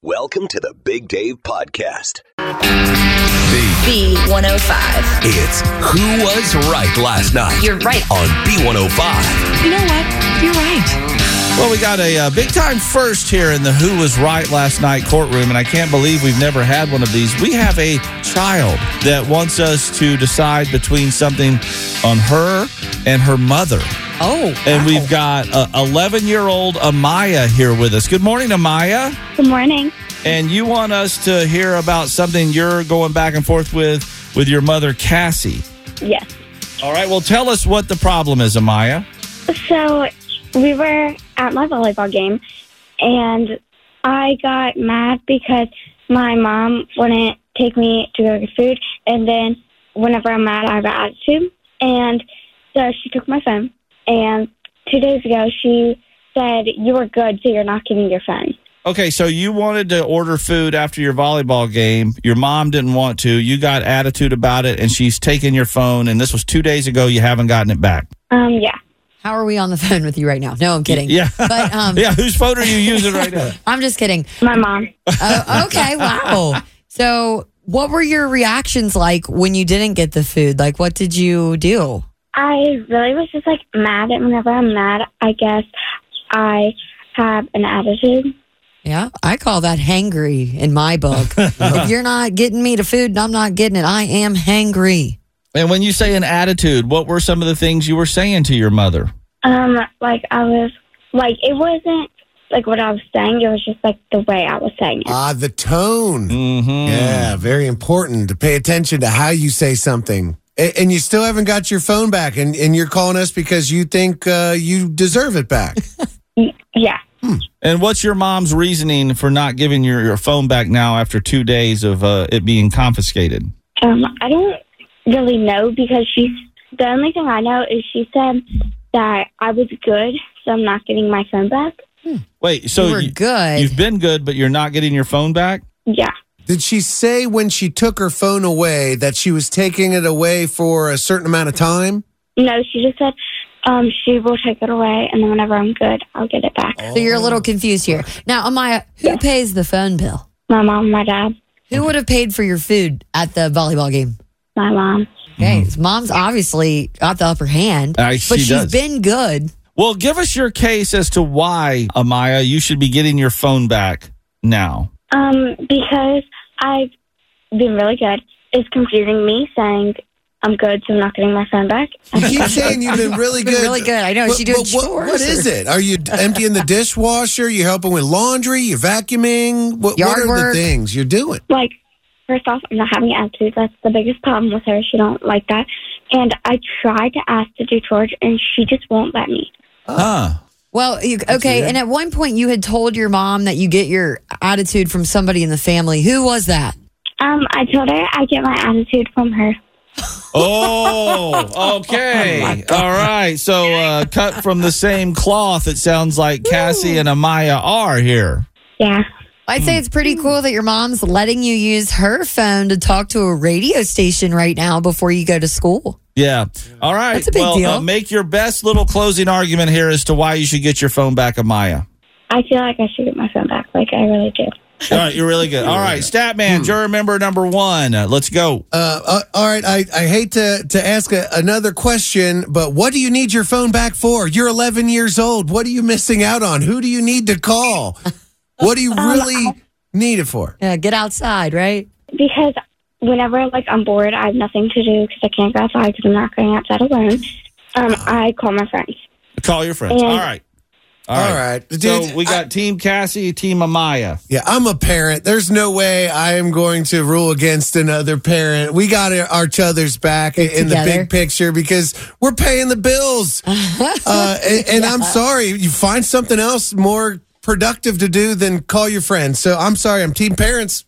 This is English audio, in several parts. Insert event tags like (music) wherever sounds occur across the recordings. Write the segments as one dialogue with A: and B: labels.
A: Welcome to the Big Dave Podcast.
B: B105.
A: It's Who Was Right Last Night
B: You're right.
A: on B105.
B: You know what? You're right.
C: Well, we got a uh, big time first here in the Who Was Right Last Night courtroom, and I can't believe we've never had one of these. We have a child that wants us to decide between something on her and her mother.
B: Oh.
C: And we've got 11 year old Amaya here with us. Good morning, Amaya.
D: Good morning.
C: And you want us to hear about something you're going back and forth with with your mother, Cassie.
D: Yes.
C: All right, well, tell us what the problem is, Amaya.
D: So we were at my volleyball game, and I got mad because my mom wouldn't take me to go get food. And then whenever I'm mad, I have an attitude. And so she took my phone. And two days ago, she said, You were good, so you're not giving your phone.
C: Okay, so you wanted to order food after your volleyball game. Your mom didn't want to. You got attitude about it, and she's taking your phone. And this was two days ago. You haven't gotten it back. (laughs)
D: Um, yeah.
E: How are we on the phone with you right now? No, I'm kidding.
C: Yeah,
E: But
C: (laughs)
E: um,
C: yeah. Whose phone are you using right now?
E: I'm just kidding.
D: My mom.
E: Oh, okay. Wow. So, what were your reactions like when you didn't get the food? Like, what did you do?
D: I really was just like mad. And whenever I'm mad, I guess I have an attitude.
E: Yeah, I call that hangry in my book.
C: (laughs)
E: if you're not getting me the food and I'm not getting it, I am hangry.
C: (laughs) And when you say an attitude, what were some of the things you were saying to your mother?
D: Um, like I was, like it wasn't like what I was saying. It was just like the way I was saying it.
F: Ah, the tone.
E: Mm.
C: Mm-hmm.
F: Yeah, very important to pay attention to how you say something. A- And you still haven't got your phone back, and, and you're calling us because you think uh, you deserve it back.
E: (laughs) Uh.
D: yeah,
C: And what's your mom's reasoning for not giving your, your phone back now after two days of uh, it being confiscated?
D: um, I don't really know because she's the only thing I know is she said that I was good, so I'm not getting my phone back.
C: Wait, so
E: you were
C: you-
E: good.
C: you've been good, but you're not getting your phone back?
D: Yeah,
F: Did she say when she took her phone away that she was taking it away for a certain amount of time?
D: no, she just said um, she will take it away, and then whenever I'm good, I'll get it back.
E: Oh. so you're a little confused here. Now, Amaya, who pays the phone bill?
D: My mom, my dad,
E: Who would have paid for your food at the volleyball game?
D: my mom.
E: Okay, so mom's obviously got the upper hand,
C: Mm-hmm. Uh,
E: but
C: she
E: she's
C: does.
E: been good.
C: Well, give us your case as to why, Amaya, you should be getting your phone back now.
D: Um, because I've been really good. It's confusing me saying I'm good, so I'm not getting my phone back.
F: You keep
E: (laughs)
F: saying you've been really
E: Been
F: good.
E: really good. I know. Is she doing
F: what,
E: chores
F: what
E: or-
F: is it? Are you emptying the dishwasher? You're helping with laundry? You're vacuuming? What,
E: Yard
F: what are
E: work.
F: the things you're doing?
D: like first off i'm not having an attitude that's the biggest problem with her she don't like that and i tried to ask to do chores and she just won't let me
C: Huh.
E: Well, you, okay. And at one point, you had told your mom that you get your attitude from somebody in the family. Who was that?
D: um i told her i get my attitude from her
C: Oh, okay. All right. So, uh, cut from the same cloth, it sounds like Cassie and Amaya are here.
D: yeah
E: I'd say it's pretty cool that your mom's letting you use her phone to talk to a radio station right now before you go to school.
C: Yeah. All right.
E: That's a big
C: well, Uh,
E: deal.
C: make your best little closing argument here as to why you should get your phone back, Amaya.
D: i feel like i should get my phone back like i really do
C: All right. You're really good. All right. Stat man, juror member number one. Uh, let's go.
F: Uh, uh, all right, I, I hate to, to ask a, another question, but what do you need your phone back for? You're 11 years old. What are you missing out on? Who do you need to call? What do you really need it for?
E: Yeah, get outside, right?
D: because whenever like i'm bored i have nothing to do because i can't go outside because i'm not going outside alone um i call my friends
C: Call your friends. All right.
F: All right.
C: So,
F: Dude,
C: we got Team Cassie, Team Amaya.
F: Yeah, I'm a parent. There's no way I am going to rule against another parent. We got our each other's back in the
E: together.
F: big picture because we're paying the bills. uh, and and I'm sorry, you find something else more productive to do than call your friends. So I'm sorry, I'm team parents.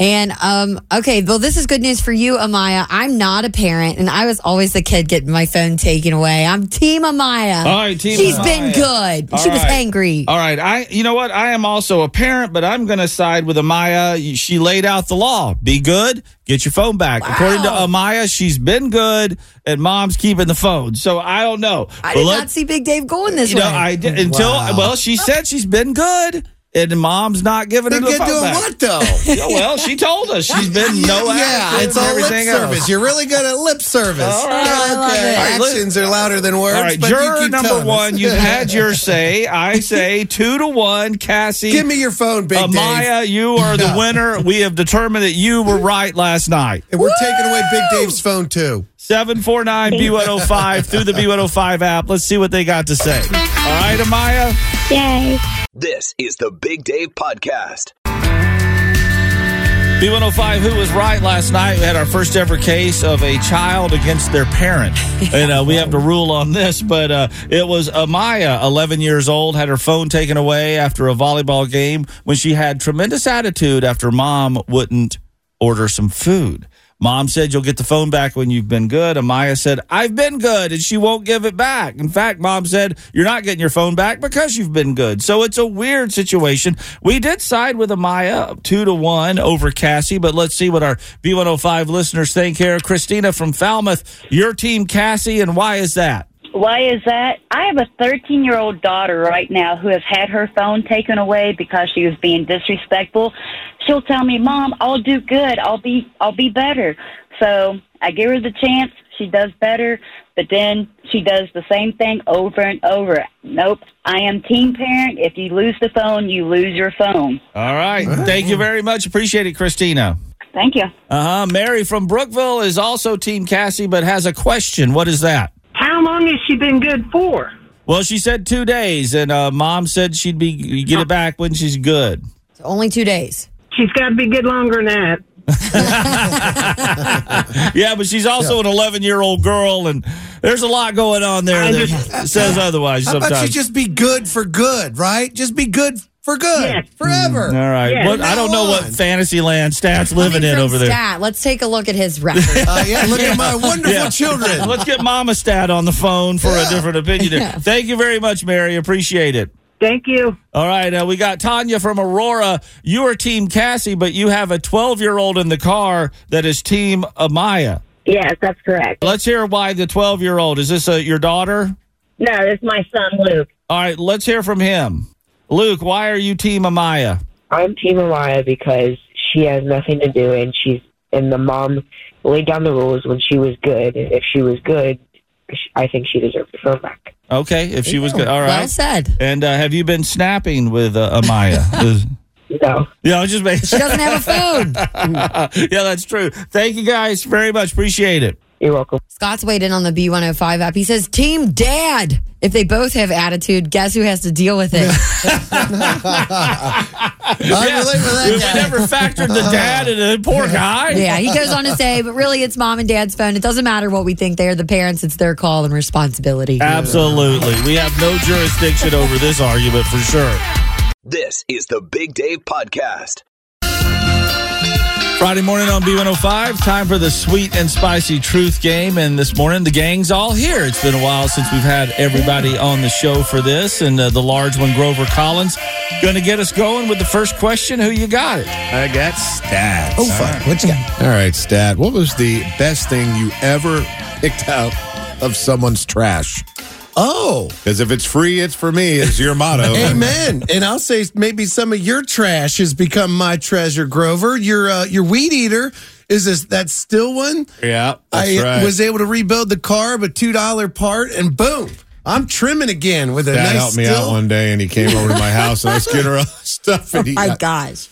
E: And um, okay, well, this is good news for you, Amaya. I'm not a parent, and I was always the kid getting my phone taken away. I'm Team Amaya.
C: All right, Team
E: She's
C: Amaya.
E: been good.
C: All
E: she was
C: right.
E: angry.
C: All right, I you know what? I am also a parent, but I'm going to side with Amaya. She laid out the law. Be good, get your phone back. According to
E: Wow.
C: Amaya, she's been good and mom's keeping the phone. So I don't know.
E: I
C: But
E: did
C: let-
E: not see Big Dave going this
C: you know,
E: way.
C: I did, until
F: Wow.
C: well, she said she's been good and mom's not giving her
F: Been
C: the
F: good
C: phone
F: doing
C: back.
F: what though?
C: Yeah, well, she told us (laughs) she's been no
F: (laughs) yeah,
C: attitude
F: it's
C: and
F: all lip
C: everything
F: service.
C: else.
F: You're really good at lip service.
C: All right.
E: Oh, I love
F: okay.
E: it.
C: All right,
F: Actions are louder than words.
C: All right,
F: but you
C: juror
F: keep
C: number
F: telling us.
C: one,
F: (laughs)
C: you've had your say. I say two to one. Cassie,
F: Give me your phone, Big Dave.
C: Amaya, Uh, you are the
F: Yeah.
C: winner. We have determined that you were right last night.
F: And we're taking away Big Dave's phone too.
C: 749 B105 through the B105 app. Let's see what they got to say. All right, Amaya.
D: Yay.
A: This is the Big Dave Podcast.
C: B105, who was right last night? We had our first ever case of a child against their parent. And uh, we have to rule on this, but uh, it was Amaya, 11 years old, had her phone taken away after a volleyball game when she had tremendous attitude after mom wouldn't order some food. Mom said, You'll get the phone back when you've been good. Amaya said, I've been good, and she won't give it back. In fact, mom said, You're not getting your phone back because you've been good. So it's a weird situation. We did side with Amaya two to one over Cassie, but let's see what our B105 listeners think here. Christina from Falmouth, your team, Cassie, and why is that?
G: Why is that? I have a 13 year old daughter right now who has had her phone taken away because she was being disrespectful. She'll tell me, "Mom, I'll do good. I'll be I'll be better." So, I give her the chance. She does better, but then she does the same thing over and over. Nope. I am team parent. If you lose the phone, you lose your phone.
C: All right. Thank you very much. Appreciate it, Christina.
G: Thank you.
C: Uh huh. Mary from Brookville is also Team Cassie, but has a question. What is that?
H: How long has she been good for?
C: Well, she said two days, and uh, mom said she'd be get it back when
H: (laughs)
C: she's good.
E: It's Only two days.
H: She's got to be good longer than that.
C: Yeah, but she's also an 11 year old girl, and there's a lot going on there that says otherwise
F: How
C: sometimes.
F: about you just be good for good, right? Just be good for good
H: Yes.
F: forever.
C: All right.
H: Yeah.
C: What, I don't know what
F: From now on.
C: fantasy land Stat's living
E: Coming
C: in
E: from
C: over there.
E: Stat, let's take a look at his record.
F: Uh, yeah, look at my wonderful
C: Yeah. (laughs)
F: children.
C: Let's get Mama Stat on the phone for a
F: Yeah.
C: different opinion. There. Thank you very much, Mary. Appreciate it.
H: Thank you.
C: All right, uh, we got Tanya from Aurora. You are Team Cassie, but you have a 12 year old in the car that is Team Amaya.
I: Yes, that's correct.
C: Let's hear why the 12 year old. Is this uh, your daughter?
I: No, it's my son Luke.
C: All right, let's hear from him. Luke, why are you Team Amaya?
I: I'm Team Mariah because she has nothing to do, and she's and the mom laid down the rules when she was good. And if she was good, sh- I think she deserved the phone back.
C: Okay, if she was good. (laughs) All
E: Well
C: right.
E: said.
C: And uh, have you been snapping with uh, Amaya?
H: (laughs)
I: No.
C: yeah, I was just
E: She
C: making.
E: doesn't have a phone.
C: (laughs) yeah, that's true. Thank you guys very much. Appreciate it.
I: You're welcome.
E: Scott's weighed in on the B105 app. He says, Team Dad. If they both have attitude, guess who has to deal with
C: (laughs)
E: it?
F: I
C: Yeah,
F: relate with that
C: we
F: guy. Oh,
C: never factored the dad and the poor guy.
E: yeah, he goes on to say, but really it's mom and dad's phone. It doesn't matter what we think. They're the parents. It's their call and responsibility.
C: Absolutely. We have no jurisdiction over this argument for sure.
A: This is the Big Dave Podcast.
C: Friday morning on B105, time for the sweet and spicy truth game. And this morning, the gang's all here. It's been a while since we've had everybody on the show for this. And uh, the large one, Grover Collins, going to get us going with the first question. Who you got it?
J: I got stats.
F: Oh, fuck. What you got?
J: All right, Stat. What was the best thing you ever picked out of someone's trash?
F: Oh,
J: Because if it's free, it's for me. Is your motto.
F: (laughs) amen. And I'll say maybe some of your trash has become my treasure, Grover. Your uh, your weed eater is this that still one?
J: Yeah, that's
F: I
J: right.
F: was able to rebuild the car with two dollar part, and boom, I'm trimming again with a
J: Dad
F: nice
J: helped me
F: still.
J: out one day, and he came over to my house,
F: (laughs)
J: and I was getting her all the stuff. And he
E: My
J: got-
E: gosh.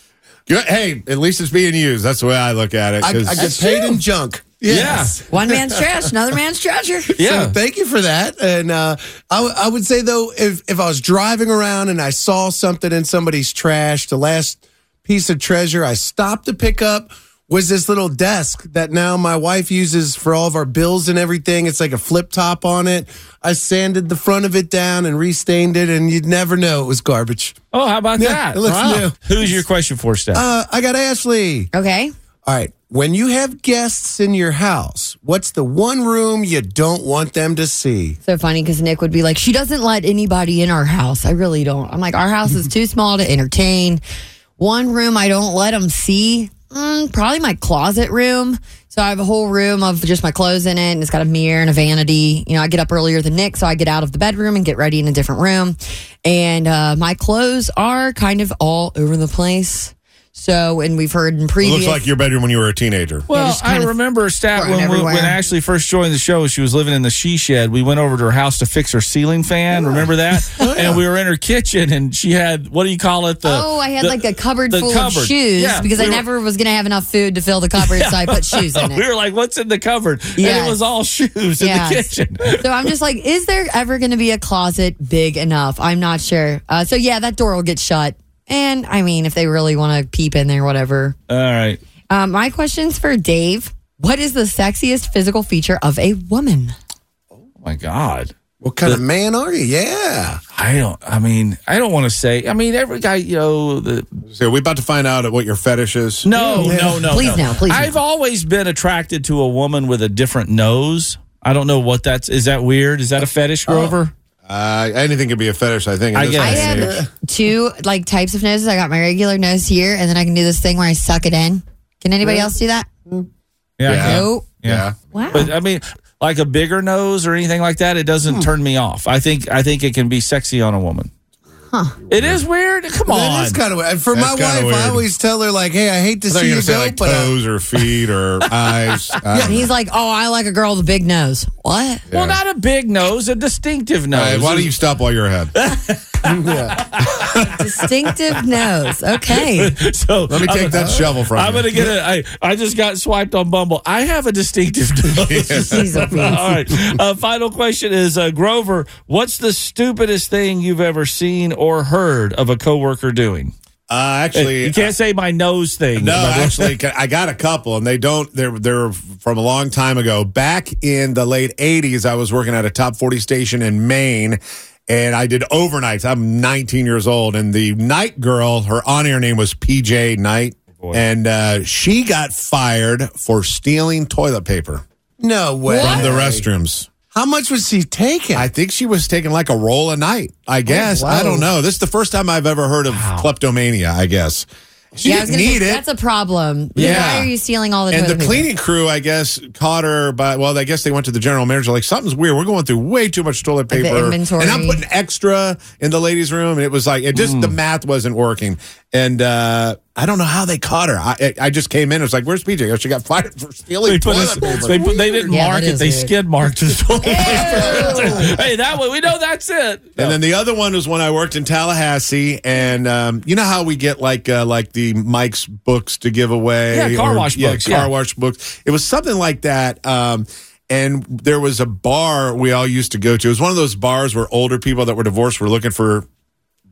J: You're- hey, at least it's being used. That's the way I look at it.
F: I, I
J: 'cause-
F: get paid in junk. Yes.
E: One man's trash, another man's treasure.
C: (laughs) Yeah.
F: So thank you for that. And uh, I, w- I would say though, if if I was driving around and I saw something in somebody's trash, the last piece of treasure, I stopped to pick up
K: was this little desk that now my wife uses for all of our bills and everything. It's like a flip top on it. I sanded the front of it down and restained it, and you'd never know it was garbage.
C: Oh, how about
K: Yeah,
C: that?
K: it looks new.
C: Who's your question for, Steph?
K: Uh, I got Ashley.
E: Okay.
K: All right. When you have guests in your house, what's the one room you don't want them to see?
E: So funny because Nick would be like, she doesn't let anybody in our house. I really don't. I'm like, our house is too small to entertain. One room I don't let them see, mm, probably my closet room. So I have a whole room of just my clothes in it, and it's got a mirror and a vanity. You know, I get up earlier than Nick, so I get out of the bedroom and get ready in a different room. And uh, my clothes are kind of all over the place. So, and we've heard in
F: It
E: previous.
F: looks like your bedroom when you were a teenager.
E: Yeah,
C: Well,
E: just
C: I
E: kinda
C: remember Stat
E: thrown
C: when, we-
E: everywhere.
C: when Ashley first joined the show, she was living in the she shed. We went over to her house to fix her ceiling fan. Remember
E: (laughs)
C: that? And we were in her kitchen, and she had what do you call it? The
E: oh, I had
C: uh, the-
E: like a cupboard
C: the
E: full
C: cupboard.
E: of shoes
C: Yeah,
E: because
C: we
E: I
C: were-
E: never was going to have enough food to fill the cupboard, so
C: (laughs)
E: I put shoes in it.
C: we were like, "What's in the cupboard?" And
E: Yes.
C: it was all (laughs) shoes in
E: Yes.
C: the kitchen. (laughs)
E: So I'm just like, is there ever going to be a closet big enough? I'm not sure. Uh, so yeah, that door will get shut. And I mean, if they really want to peep in there, whatever.
C: All right.
E: Um, my question's for Dave. What is the sexiest physical feature of a woman?
C: Oh my God.
K: What kind of man are you? Yeah.
C: I don't. I mean, I don't want to say. I mean, every guy, you know, the
F: So we're about to find out what your fetish is.
C: No,
K: Yeah.
C: no, no.
E: Please no, please no.
C: I've always been attracted to a woman with a different nose. I don't know what that's. Is that weird? Is that a fetish,
F: Oh.
C: Grover?
F: Uh, anything could be a fetish, I think. in
C: I
F: this
C: guess.
E: I
F: day and age.
E: have two like types of noses. I got my regular nose here, and then I can do this thing where I suck it in. Can anybody else do that?
C: Yeah. I
F: Yeah.
C: can.
E: No.
F: Yeah.
E: Wow.
C: But I mean, like a bigger nose or anything like that, it doesn't
E: Hmm.
C: turn me off. I think I think it can be sexy on a woman. It is weird. Come on.
K: That is kind of weird. For
F: That's
K: my
F: kinda
K: wife,
F: weird.
K: I always tell her, like, hey, I hate to
F: I thought
K: see
F: you were
K: you
F: gonna
K: go,
F: say like
K: but. uh, (laughs)
F: toes or feet or eyes. Uh, I don't
E: And he's like, oh, I like a girl with a big nose. What?
C: well, not a big nose, a distinctive
F: know.
C: nose.
F: Hey, why don't you stop while
K: (laughs)
F: you're ahead? Let
E: Distinctive nose.
C: (laughs)
E: Okay.
C: so
F: me take
C: I'm,
F: that shovel from
C: I'm
F: you.
C: gonna get a. I I just got swiped on Bumble. I have a
F: (laughs)
C: distinctive nose. (laughs)
E: He's a beast.
C: All right. Uh, final question is uh, Grover. What's the stupidest thing you've ever seen or heard of a coworker doing?
F: Uh, actually,
C: you can't say my nose thing.
F: No,
C: My-
F: actually, ca- I got a couple, and they don't. They're they're from a long time ago. Back in the late '80s, I was working at a top 40 station in Maine, and I did overnights. I'm 19 years old, and the night girl, her on-air name was PJ Knight, and uh, she got fired for stealing toilet paper
K: no way.
F: from the restrooms.
K: How much was she taking?
F: I think she was taking like a roll a night. I guess I don't know. This is the first time I've ever heard of kleptomania. I guess she
E: yeah, I was
F: didn't
E: gonna
F: need
E: say,
F: it.
E: That's a problem.
F: Yeah.
E: Why are you stealing all the
F: and
E: toilet
F: the
E: paper?
F: cleaning crew, I guess, caught her by. Well, I guess they went to the general manager. Like something's weird. We're going through way too much toilet
E: Like the
F: paper,
E: inventory.
F: and I'm putting extra in the ladies' room. And it was like it just the
C: Mm.
F: math wasn't working. And uh, I don't know how they caught her. I I just came in. It was like, "Where's PJ? Oh, she got fired for
C: (laughs)
F: stealing
C: They, put
F: toilet
C: us,
F: paper."
C: they, put- they didn't
E: Yeah,
C: mark
E: that
C: it.
E: is
C: They
E: weird.
C: skid marked (laughs) his toilet paper. hey, that way we know that's it.
F: And then the other one was when I worked in Tallahassee, and um, you know how we get like uh, like the Mike's books to give away,
C: Yeah, car wash books,
F: car
C: yeah.
F: wash books. It was something like that. Um, and there was a bar we all used to go to. It was one of those bars where older people that were divorced were looking for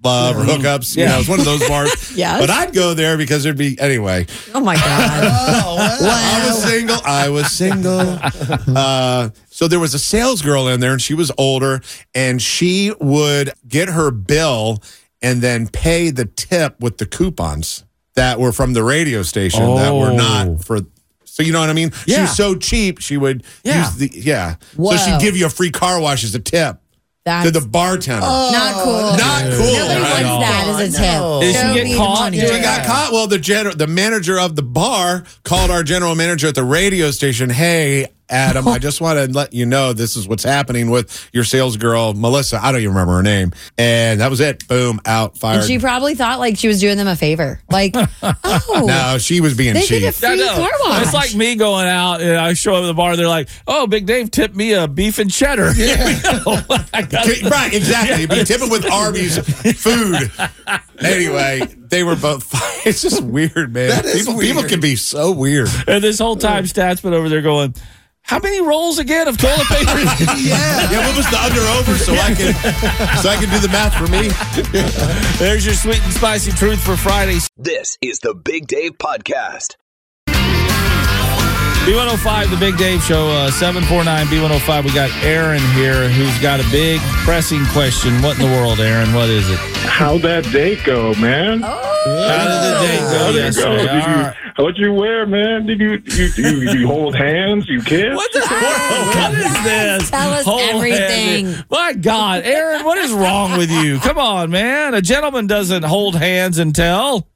F: love or
C: Mm-hmm.
F: hookups. Yeah, you know, it was one of
C: (laughs)
F: those bars.
E: Yes.
F: but I'd go there because there'd be anyway.
E: Oh my god.
F: I was single. I
C: (laughs)
F: was single. uh, so there was a sales girl in there, and she was older, and she would get her bill and then pay the tip with the coupons that were from the radio station that were
C: Oh.
F: not for. So you know what I mean? She
C: Yeah.
F: was so cheap, she would
C: Yeah.
F: use the yeah.
E: Whoa.
F: So she'd give you a free car wash as a tip
E: That's
F: to the bartender.
C: Oh.
E: not cool.
F: Not cool.
E: Nobody
F: at all.
E: wants that as a tip.
C: Did she
E: Show
C: get
E: me the
C: caught
E: money.
C: doing
F: She got caught. Well, the general, the manager of the bar called our general manager at the radio station. Hey, Adam, I just want to let you know this is what's happening with your sales girl, Melissa. I don't even remember her name. And that was it. Boom, out, fired.
E: And she probably thought like she was doing them a favor.
C: (laughs)
E: Like, oh,
F: no, she was being
E: they
F: cheap.
E: get a free
C: I know.
E: car wash.
C: It's like me going out and I show up at the bar. They're like, "Oh, Big Dave tipped me a beef and cheddar." (laughs) I got
F: Okay, Right, exactly. You'd be tipping with Arby's
E: (laughs)
F: food. Anyway, they were both. (laughs) It's just weird, man.
K: That is
F: people,
K: weird.
F: people can be so weird.
C: And this whole time, Stat's been over there going, "How many rolls again of toilet paper?"
F: (laughs)
C: (laughs)
F: Yeah. Yeah. What was the under over? So I can, so I can do the math for me.
C: There's your sweet and spicy truth for Friday.
A: This is the Big Dave Podcast.
C: B105, the Big Dave Show, uh, 749 B105. We got Aaron here who's got a big pressing question. What in the world, Aaron? What is it?
L: How'd that date go, man?
F: Oh.
C: How did the date go
L: How'd it
C: yesterday?
L: Did
C: All
L: you,
C: right.
L: What'd you wear, man? Did you you, you, you hold hands? You kiss?
C: What the world? What is this?
E: Tell us everything.
C: handed- My God, Aaron, what is wrong with you? Come on, man. A gentleman doesn't hold hands and tell.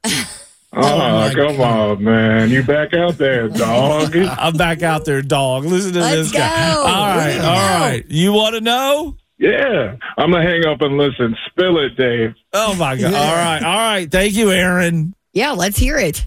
L: Oh, come on, man. You back out there, dog.
C: I'm back out there, dog. Listen to
E: Let's
C: this guy.
E: go.
C: All right, all right. You want to know?
L: yeah. I'm going to hang up and listen. Spill it, Dave.
C: Oh my God! All right, all right. Thank you, Aaron.
E: Yeah, let's hear it.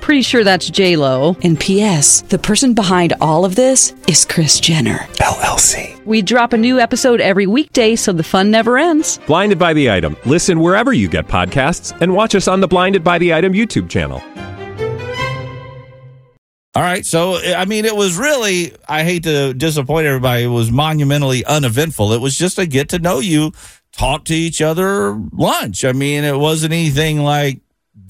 M: Pretty sure that's J Lo. And P.S. The person behind all of this is Chris Jenner
N: LLC.
M: We drop a new episode every weekday, so the fun never ends.
N: Blinded by the item. Listen wherever you get podcasts, and watch us on the Blinded by the Item YouTube channel.
C: All right. So, I mean, it was really, I hate to disappoint everybody, it was monumentally uneventful. It was just a get to know you, talk to each other lunch. I mean, it wasn't anything like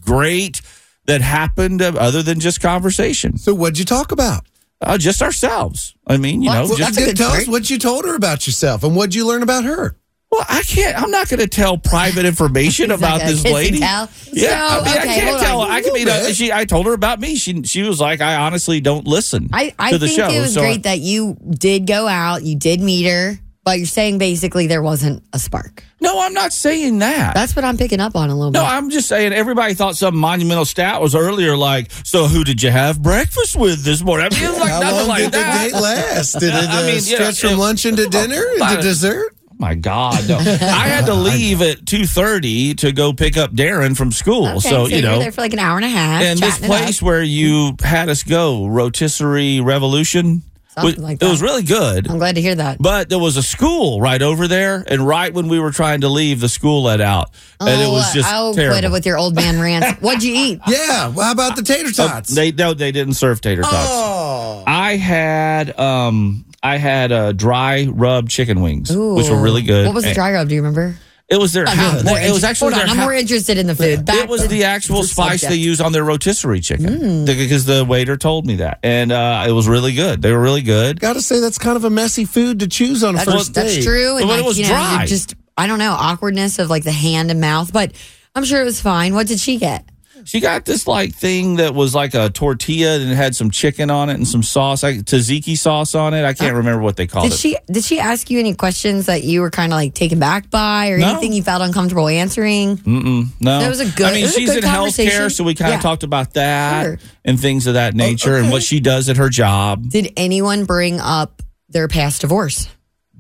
C: great that happened uh, other than just conversation.
F: So, what'd you talk about?
C: Uh, just ourselves. I mean, you know,
F: Well,
C: just.
F: you did tell us what you told her about yourself and what'd you learn about her?
C: Well, I can't. I'm not going to tell private information
E: (laughs) He's
C: about
E: like a
C: this
E: kiss and
C: lady.
E: tell?
C: Yeah,
E: So,
C: I mean,
E: okay,
C: I can't
E: hold
C: tell.
E: on.
C: I can be. she, I told her about me. She, she was like, I honestly don't listen
E: I, I
C: to the
E: think
C: show.
E: it was
C: So I-
E: great that you did go out, you did meet her, but you're saying basically there wasn't a spark.
C: no, I'm not saying that.
E: That's what I'm picking up on a little
C: No,
E: bit.
C: I'm just saying everybody thought some monumental stat was earlier like, so who did you have breakfast with this morning? I mean, it was like
F: How
C: nothing
F: long
C: like
F: did
C: that.
F: the date last? Did it uh,
C: I mean, yeah,
F: stretch from
C: it-
F: lunch into dinner
C: I-
F: into dessert?
C: My God, no. I had
F: (laughs)
C: to leave at 2.30 to go pick up Darren from school.
E: Okay,
C: so,
E: you
C: you
E: were
C: know.
E: there for like an hour and a half.
C: and this
E: chatting it up.
C: place where you had us go, Rotisserie Revolution,
E: Something
C: was-
E: like
C: it was
E: that.
C: really good.
E: I'm glad to hear that.
C: But there was a school right over there, and right when we were trying to leave, the school let out, and it was just
E: I'll
C: terrible.
E: Oh, quit it with your old
C: (laughs)
E: man rants. What'd you eat?
F: Yeah. Well, how about the tater
C: Oh,
F: tots?
C: they no, they didn't serve tater tots.
F: Oh.
C: I had um I had uh, dry rub chicken wings, which were really good.
E: What was the
C: And
E: dry rub? Do you remember?
C: It was their. house.
E: more
C: it was
E: inter-
C: actually
E: Hold
C: their.
E: on, I'm
C: hou-
E: more interested in the food. Back
C: it was
E: to
C: the actual spice
E: subject. Mm.
C: they use on their rotisserie chicken because the waiter told me that, and uh, it was really good. They were really good.
F: Gotta say that's kind of a messy food to choose on a
E: That's,
F: first
E: that's
F: date.
E: true. And
C: But
E: like,
C: it was
E: you know, you're
C: dry.
E: Just I don't know awkwardness of like the hand and mouth, but I'm sure it was fine. What did she get?
C: She got this like thing that was like a tortilla and it had some chicken on it and some sauce, like tzatziki sauce on it. I can't remember what they called
E: Uh, Did
C: it.
E: she did she ask you any questions that you were kind of like taken back by or
C: No. Mm.
E: anything you felt uncomfortable answering?
C: Mm-mm, no,
E: That was a good-
C: I mean,
E: it was a
C: she's
E: good
C: in healthcare,
E: conversation.
C: so we kind of
E: Yeah.
C: talked about that
E: Sure. Oh,
C: and things of that nature and what she does at her job.
E: Did anyone bring up their past divorce?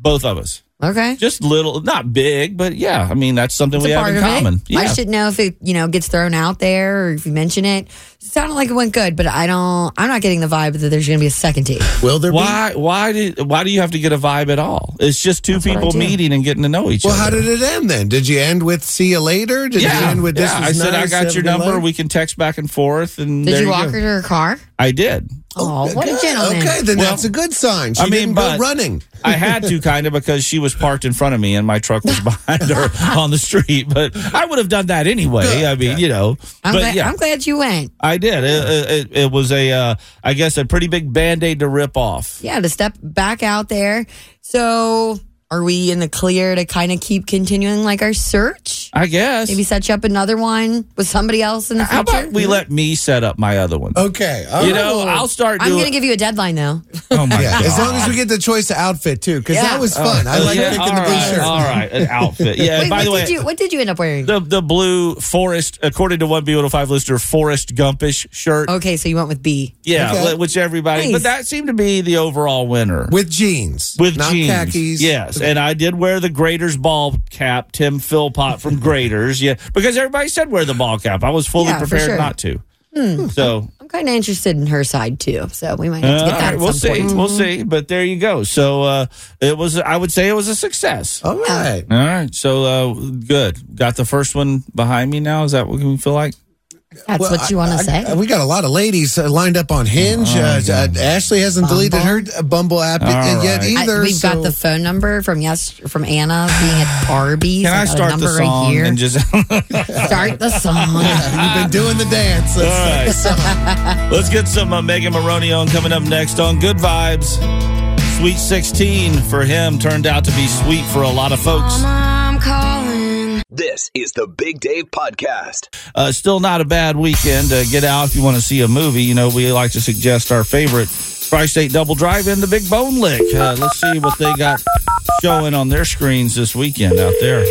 C: Both of us,
E: Okay.
C: just little, not big, but yeah. I mean, that's something
E: It's
C: we
E: a
C: have
E: part
C: in
E: of
C: common.
E: it. I should know if it, you know, gets thrown out there or if you mention it. It sounded like it went good, but I don't I'm not getting the vibe that there's gonna be a second date.
F: Will there be?
C: Why? Why did? Why do you have to get a vibe at all? It's just two
E: what I
C: people
E: do.
C: meeting and getting to know each
F: Well,
C: other.
F: how did it end then? Did you end with see you later? Did you
C: yeah,
F: end with this?
C: yeah.
F: was
C: I said I
F: nice, have
C: got
F: a
C: your
F: good
C: number.
F: life"?
C: We can text back and forth. And
E: Did
C: there
E: you walk
C: go.
E: her to her car?
C: I did.
E: Oh, what a
F: Good.
E: gentleman.
F: Okay, then
C: Well,
F: that's a good sign. She
C: I mean,
F: didn't
C: but-
F: go running.
C: I had to kind of because she was parked in front of me and my truck was behind her on the street. But I would have done that anyway. I mean, you know.
E: I'm,
C: but
E: glad,
C: yeah,
E: I'm glad you went.
C: i did. It, it, it was a, uh, I guess, a pretty big band aid to rip off.
E: Yeah, to step back out there. So are we in the clear to kind of keep continuing like our search? match.
C: I guess.
E: Maybe set you up another one with somebody else in the future.
C: How about we let me set up my other one?
F: Okay. all
C: You
F: right.
C: know, I'll start
E: I'm
C: doing.
E: going to give you a deadline though.
C: oh my (laughs)
F: Yeah,
C: god!
F: as long as we get the choice of outfit too, because that was fun. I
C: Oh,
F: like
C: yeah,
F: picking
C: all
F: the blue
C: right,
F: shirt.
C: All right, an
E: (laughs)
C: outfit. Yeah.
E: Wait,
C: by
E: what
C: the way,
E: did you what did you end up wearing?
C: the the blue forest, according to one B one hundred five listener, forest Gumpish shirt.
E: Okay, so you went with B.
C: Yeah,
E: Oh, Okay.
C: li- which everybody.
E: Nice.
C: But that seemed to be the overall winner
F: with jeans,
C: with
F: not
C: jeans.
F: khakis.
C: Yes, and I did wear the Graders ball cap, Tim Philpott
E: (laughs)
C: from Graders. Yeah, because everybody said wear the ball cap. I was fully
E: Yeah, for
C: prepared
E: sure.
C: not to.
E: Hmm.
C: So
E: I'm kind of interested in her side too, so we might have to
C: Uh,
E: get
C: all
E: that.
C: right,
E: at
C: we'll
E: some
C: see.
E: point. Hmm.
C: We'll see. But there you go. So uh, it was. I would say it was a success.
F: All right.
C: All right. So uh, good. Got the first one behind me now. Is that what we feel like?
E: That's
F: Well,
E: what you want to say.
F: We got a lot of ladies uh, lined up on Hinge. uh, uh, Ashley hasn't deleted her uh, Bumble app
C: Oh, All
F: y- yet
C: right.
F: either.
E: I- we've
F: so-
E: got the phone number from yes from Anna being at Arby's.
C: Can I
E: got a
C: start the
E: number
C: song
E: right here?
C: and just?
E: (laughs) start the song?
C: (laughs)
F: You've been doing the dance.
C: All
F: Let's-
C: right. Let's get some uh, Megan Maroney on coming up next on Good Vibes. Sweet 16 for him turned out to be sweet for a lot of folks.
B: I'm calling.
A: This is the Big Dave Podcast.
C: Uh, still not a bad weekend. Uh, get out if you want to see a movie. You know, we like to suggest our favorite Tri State Double Drive in the Big Bone Lick. Uh, let's see what they got showing on their screens this weekend out there.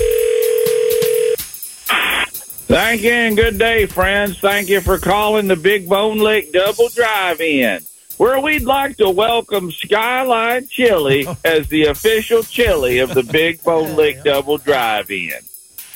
O: Thank you and good day, friends. Thank you for calling the Big Bone Lake Double Drive In, where we'd like to welcome Skyline Chili as the official chili of the Big Bone Lake Double Drive In.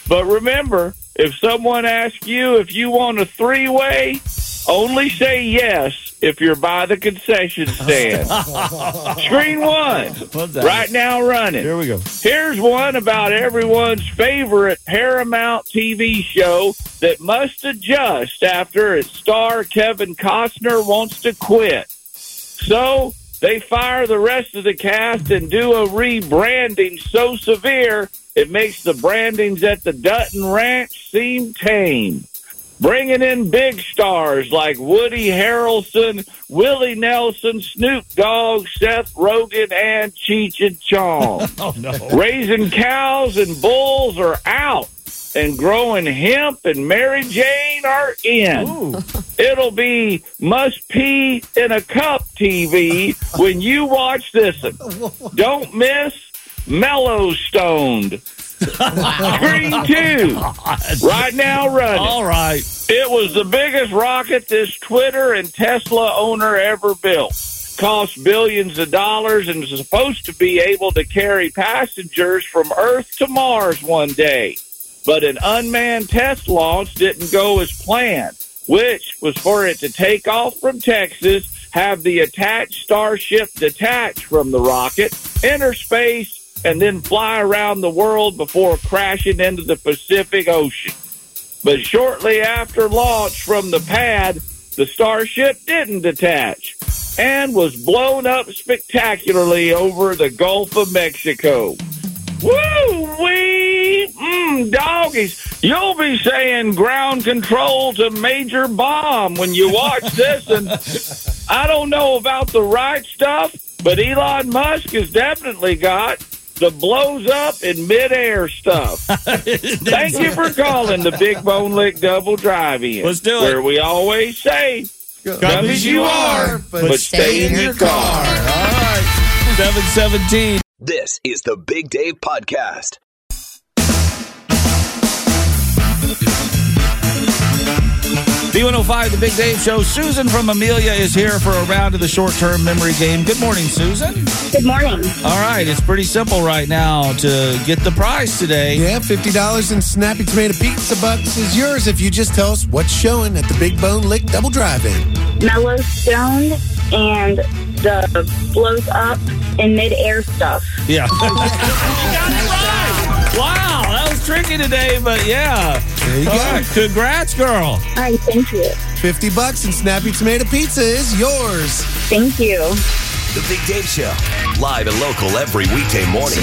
O: But remember, if someone asks you if you want a three way, only say yes if you're by the concession stand. Screen one,
C: that?
O: right now running.
C: Here we go.
O: Here's one about everyone's favorite Paramount TV show that must adjust after its star Kevin Costner wants to quit. So they fire the rest of the cast and do a rebranding so severe it makes the brandings at the Dutton Ranch seem tame. Bringing in big stars like Woody Harrelson, Willie Nelson, Snoop Dogg, Seth Rogen, and Cheech and Chong.
C: Oh, no.
O: Raising cows and bulls are out, and growing hemp and Mary Jane are in. It'll be must pee in a cup TV when you watch this. one. Don't miss Mellow Stoned. Screen two, right now running.
C: All right.
O: It was the biggest rocket this Twitter and Tesla owner ever built. Cost billions of dollars and is supposed to be able to carry passengers from Earth to Mars one day. But an unmanned test launch didn't go as planned, which was for it to take off from Texas, have the attached starship detach from the rocket, enter space, and then fly around the world before crashing into the Pacific Ocean. But shortly after launch from the pad, the starship didn't detach and was blown up spectacularly over the Gulf of Mexico. Woo wee! Mmm, doggies. You'll be saying ground control to Major Bomb when you watch this. And I don't know about the right stuff, but Elon Musk has definitely got the blows up in midair stuff. Thank you for calling the Big Bone Lick Double Drive In.
C: Let's do it.
O: Where we always say, come, as you are, but, stay in your car.
A: All right.
C: 717.
A: This is the Big Dave Podcast.
C: B105, the Big Dave Show. Susan from Amelia is here for a round of the short term memory game. Good morning, Susan.
D: Good morning.
C: All right, it's pretty simple right now to get the prize today.
F: Yeah, fifty dollars in Snappy Tomato Pizza Bucks is yours if you just tell us what's showing at the Big Bone Lick Double Drive-In.
D: Mellow stoned and the blows up in midair stuff.
C: Yeah. (laughs) you got it right. Wow, that was tricky today, but yeah.
F: There you
C: All
F: go.
C: right, congrats, girl.
D: All right, thank you.
F: Fifty bucks in Snappy Tomato Pizza is yours.
D: Thank you.
A: The Big Dave Show. Live and local every weekday morning.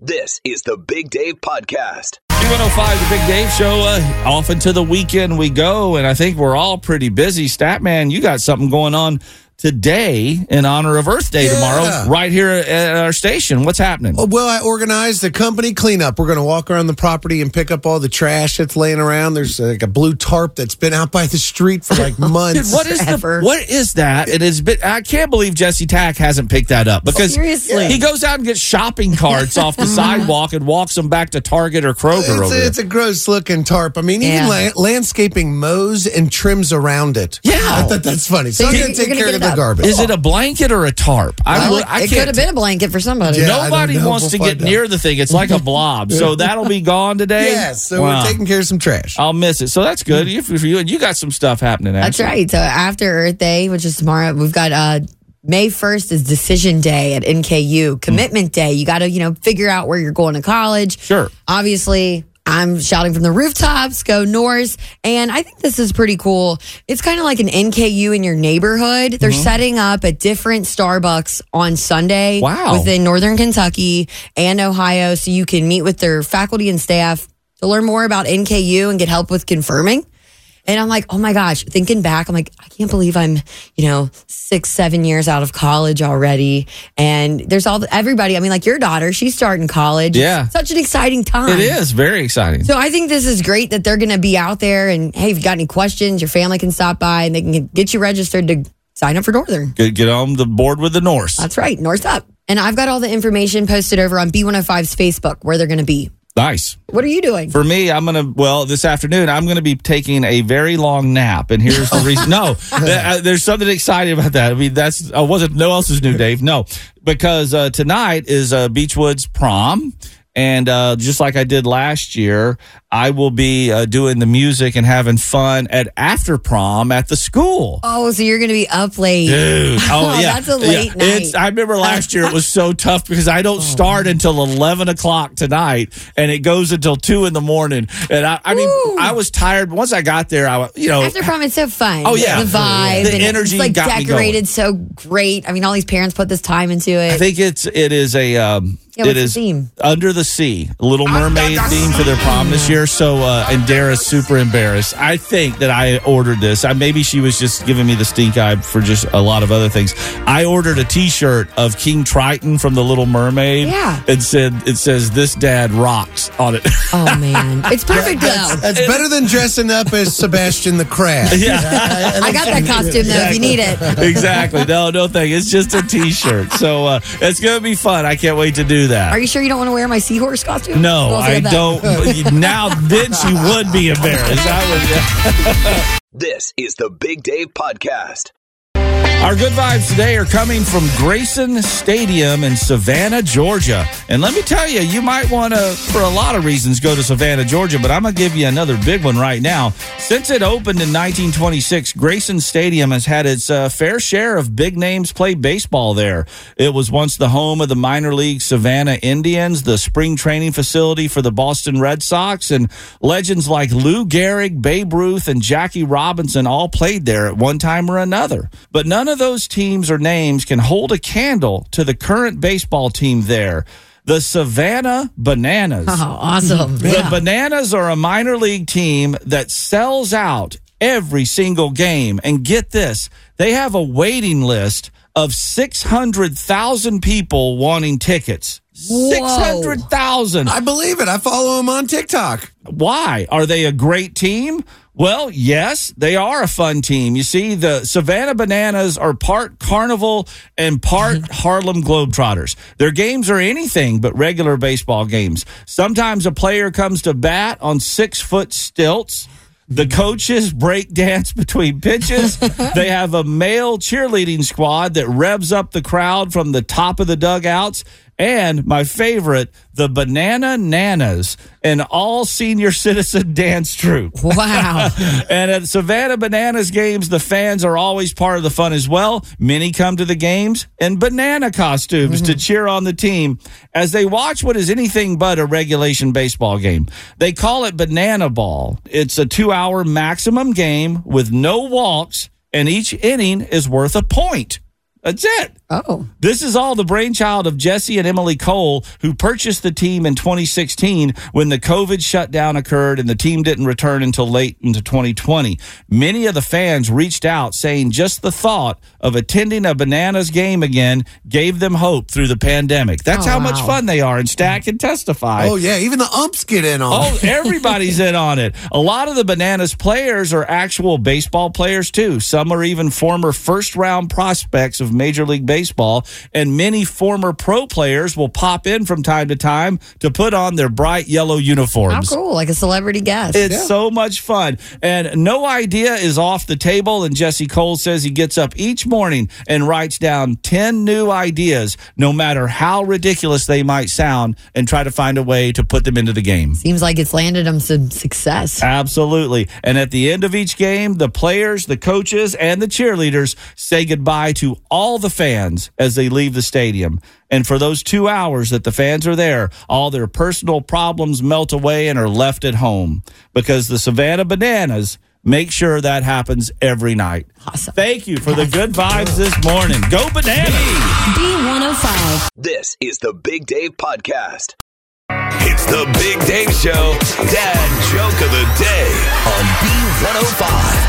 A: This is the Big Dave Podcast.
C: B105, the Big Dave Show. Uh, off into the weekend we go, and I think we're all pretty busy. Statman, you got something going on today in honor of Earth Day
F: Yeah.
C: tomorrow, right here at our station. What's happening?
F: Oh, Well, I organized the company cleanup. We're going to walk around the property and pick up all the trash that's laying around. There's like a blue tarp that's been out by the street
E: (laughs)
F: for like months.
C: Dude, what is the, what is that? It is. bit- I can't believe Jesse Tack hasn't picked that up because
F: Seriously.
C: he goes out and gets shopping carts off the sidewalk and walks them back to Target or Kroger
F: It's,
C: over
F: a,
C: there.
F: it's a gross looking tarp. I mean, even
C: Yeah.
F: la- landscaping mows and trims around it. Yeah, I thought that's funny. So,
E: So
F: I'm
E: you-
F: going to
E: you're
F: take
E: gonna
F: care
E: get
F: of
E: it
F: the
E: up.
F: garbage.
C: Is it a blanket or a tarp?
E: Well,
C: would-
E: it could have been a blanket for somebody.
C: Nobody wants to get near the thing. It's like a blob. So that'll be gone today.
E: Yes, so
F: we're taking care of some trash.
C: I'll miss it. So that's good You- for you. And you got some stuff happening.
E: That's
C: Ashley.
E: right. So after Earth Day, which is tomorrow, we've got uh May 1st is decision day at NKU, commitment day. You got to, you know, figure out where you're going to college.
C: Sure.
E: Obviously, I'm shouting from the rooftops, go Norse. And I think this is pretty cool. It's kind of like an NKU in your neighborhood. They're setting up at different Starbucks on Sunday
P: Wow.
E: within Northern Kentucky and Ohio so you can meet with their faculty and staff to learn more about NKU and get help with confirming. And I'm like, oh my gosh, thinking back, I'm like, I can't believe I'm, you know, six, seven years out of college already. And there's all the, everybody. I mean, like your daughter, she's starting college.
C: Yeah.
E: Such an exciting time.
C: It is very exciting.
E: So I think this is great that they're going to be out there. And hey, if you got any questions, your family can stop by and they can get you registered to sign up for Northern.
C: Get, get on the board with the Norse.
E: That's right. North up. And I've got all the information posted over on B105's Facebook where they're going to be.
C: Nice.
E: What are you
C: (laughs)
E: doing?
C: For me, I'm gonna well this afternoon. I'm gonna be taking a very long nap, and here's the reason. No, th- uh, there's something exciting about that. I mean, that's I wasn't no else's new, Dave. No, because uh, tonight is uh, Beachwoods prom. And uh, just like I did last year, I will be uh, doing the music and having fun at after prom at the school.
E: Oh, so you're going to be up
C: (laughs)
E: late. (laughs)
C: Dude. Oh, yeah.
E: That's a
C: Yeah.
E: late night. Oh,
C: It's, I remember last year it was so tough because I
E: (laughs)
C: don't start until 11 o'clock tonight and it goes until 2 in the morning. And I, I mean, I was tired. Once I got there, I, wa- you know,
E: After prom, it's so fun.
C: Oh, yeah.
E: the vibe,
C: The
E: and
C: energy
E: it's like
C: got me
E: decorated so great. I mean, all these parents put this time into it.
C: I think it's, it is a, um,
E: Yeah,
C: it
E: what's the
C: is
E: theme?
C: Under the Sea, Little Mermaid theme for their prom this year. So, uh, and Dara's super embarrassed. I think that I ordered this. I, maybe she was just giving me the stink eye for just a lot of other things. I ordered a t shirt of King Triton from The Little Mermaid.
E: Yeah.
C: And said, it says, This dad rocks on it.
E: (laughs) Oh, man. It's perfect, though.
F: That's, that's better than dressing up as Sebastian the Crab.
C: (laughs) Yeah.
E: I got that costume, though, if you need
C: (laughs)
E: it.
C: exactly. No, no thing. It's just a t shirt. So, uh, it's going to be fun. I can't wait to do that.
E: Are you sure you don't want to wear my seahorse costume?
C: No,
E: Girls
C: I
E: have that.
C: don't.
E: (laughs)
C: now, then she would be embarrassed. I would.
A: This is the Big Dave Podcast.
C: Our good vibes today are coming from Grayson Stadium in Savannah, Georgia. And let me tell you, you might want to, for a lot of reasons, go to Savannah, Georgia, but I'm going to give you another big one right now. Since it opened in 1926, Grayson Stadium has had its uh, fair share of big names play baseball there. It was once the home of the minor league Savannah Indians, the spring training facility for the Boston Red Sox, and legends like Lou Gehrig, Babe Ruth, and Jackie Robinson all played there at one time or another. But none of those teams or names can hold a candle to the current baseball team there. The Savannah Bananas.
E: (laughs) Oh, awesome.
C: The
E: Yeah.
C: Bananas are a minor league team that sells out every single game. And get this, they have a waiting list of 600,000 people wanting tickets. 600,000.
F: I believe it. I follow him on TikTok.
C: Why? Are they a great team? Well, yes, they are a fun team. You see, the Savannah Bananas are part carnival and part Harlem Globetrotters. Their games are anything but regular baseball games. Sometimes a player comes to bat on six foot stilts. The coaches break dance between pitches. they have a male cheerleading squad that revs up the crowd from the top of the dugouts. And my favorite, the Banana Nanas, an all senior citizen dance troupe.
E: (laughs) Wow.
C: (laughs) and at Savannah Bananas games, the fans are always part of the fun as well. Many come to the games in banana costumes to cheer on the team as they watch what is anything but a regulation baseball game. They call it Banana Ball. It's a two hour maximum game with no walks, and each inning is worth a point. That's it.
E: Oh.
C: This is all the brainchild of Jesse and Emily Cole, who purchased the team in 2016 when the COVID shutdown occurred and the team didn't return until late into 2020. Many of the fans reached out saying just the thought of attending a Bananas game again gave them hope through the pandemic. That's
F: Oh,
C: how much
F: wow.
C: fun they are, and Stack can testify.
F: Oh, yeah. Even the umps get in on
E: Uh-huh.
C: Oh,
F: it.
C: everybody's in on it. A lot of the Bananas players are actual baseball players, too. Some are even former first round prospects of Major League Baseball, and many former pro players will pop in from time to time to put on their bright yellow
E: How
C: uniforms.
E: cool. Like a celebrity guest.
C: It's so much fun. And no idea is off the table. And Jesse Cole says he gets up each morning and writes down 10 new ideas, no matter how ridiculous they might sound, and try to find a way to put them into the game.
E: Seems like it's landed him some success.
C: Absolutely. And at the end of each game, the players, the coaches, and the cheerleaders say goodbye to all the fans as they leave the stadium. And for those two hours that the fans are there, all their personal problems melt away and are left at home because the Savannah Bananas make sure that happens every night. Awesome. Thank you for the good vibes this morning. Go Bananas!
A: B105. This is the Big Dave Podcast. It's the Big Dave Show, Dad joke of the day on B105.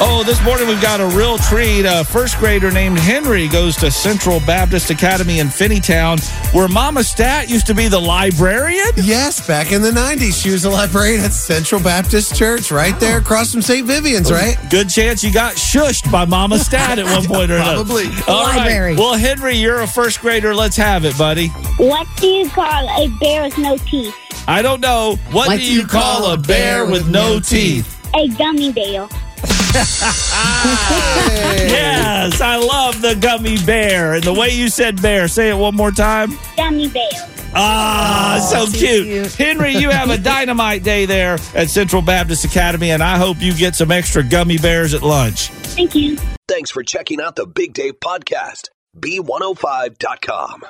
C: Oh, this morning we've got a real treat. A first grader named Henry goes to Central Baptist Academy in Finneytown, where Mama Stat used to be the librarian.
F: Yes, back in the 90s, she was a librarian at Central Baptist Church right there across from St. Vivian's, right?
C: Good chance you got shushed by Mama Stat at one point or another.
F: Probably.
C: All right.
F: Library.
C: Well, Henry, you're a first grader. Let's have it, buddy.
P: What do you call a bear with no teeth?
C: I don't know. What, do you call, a bear with no teeth?
P: A gummy bear.
C: Yes, I love the gummy bear. And the way you said bear, say it one more time.
P: Gummy bear.
C: Ah,
P: Oh,
C: so
P: too
C: cute.
P: cute.
C: Henry, you have
P: (laughs)
C: a dynamite day there at Central Baptist Academy, and I hope you get some extra gummy bears at lunch.
P: Thank you.
A: oh Thanks for checking out the Big Dave Podcast, B105.com.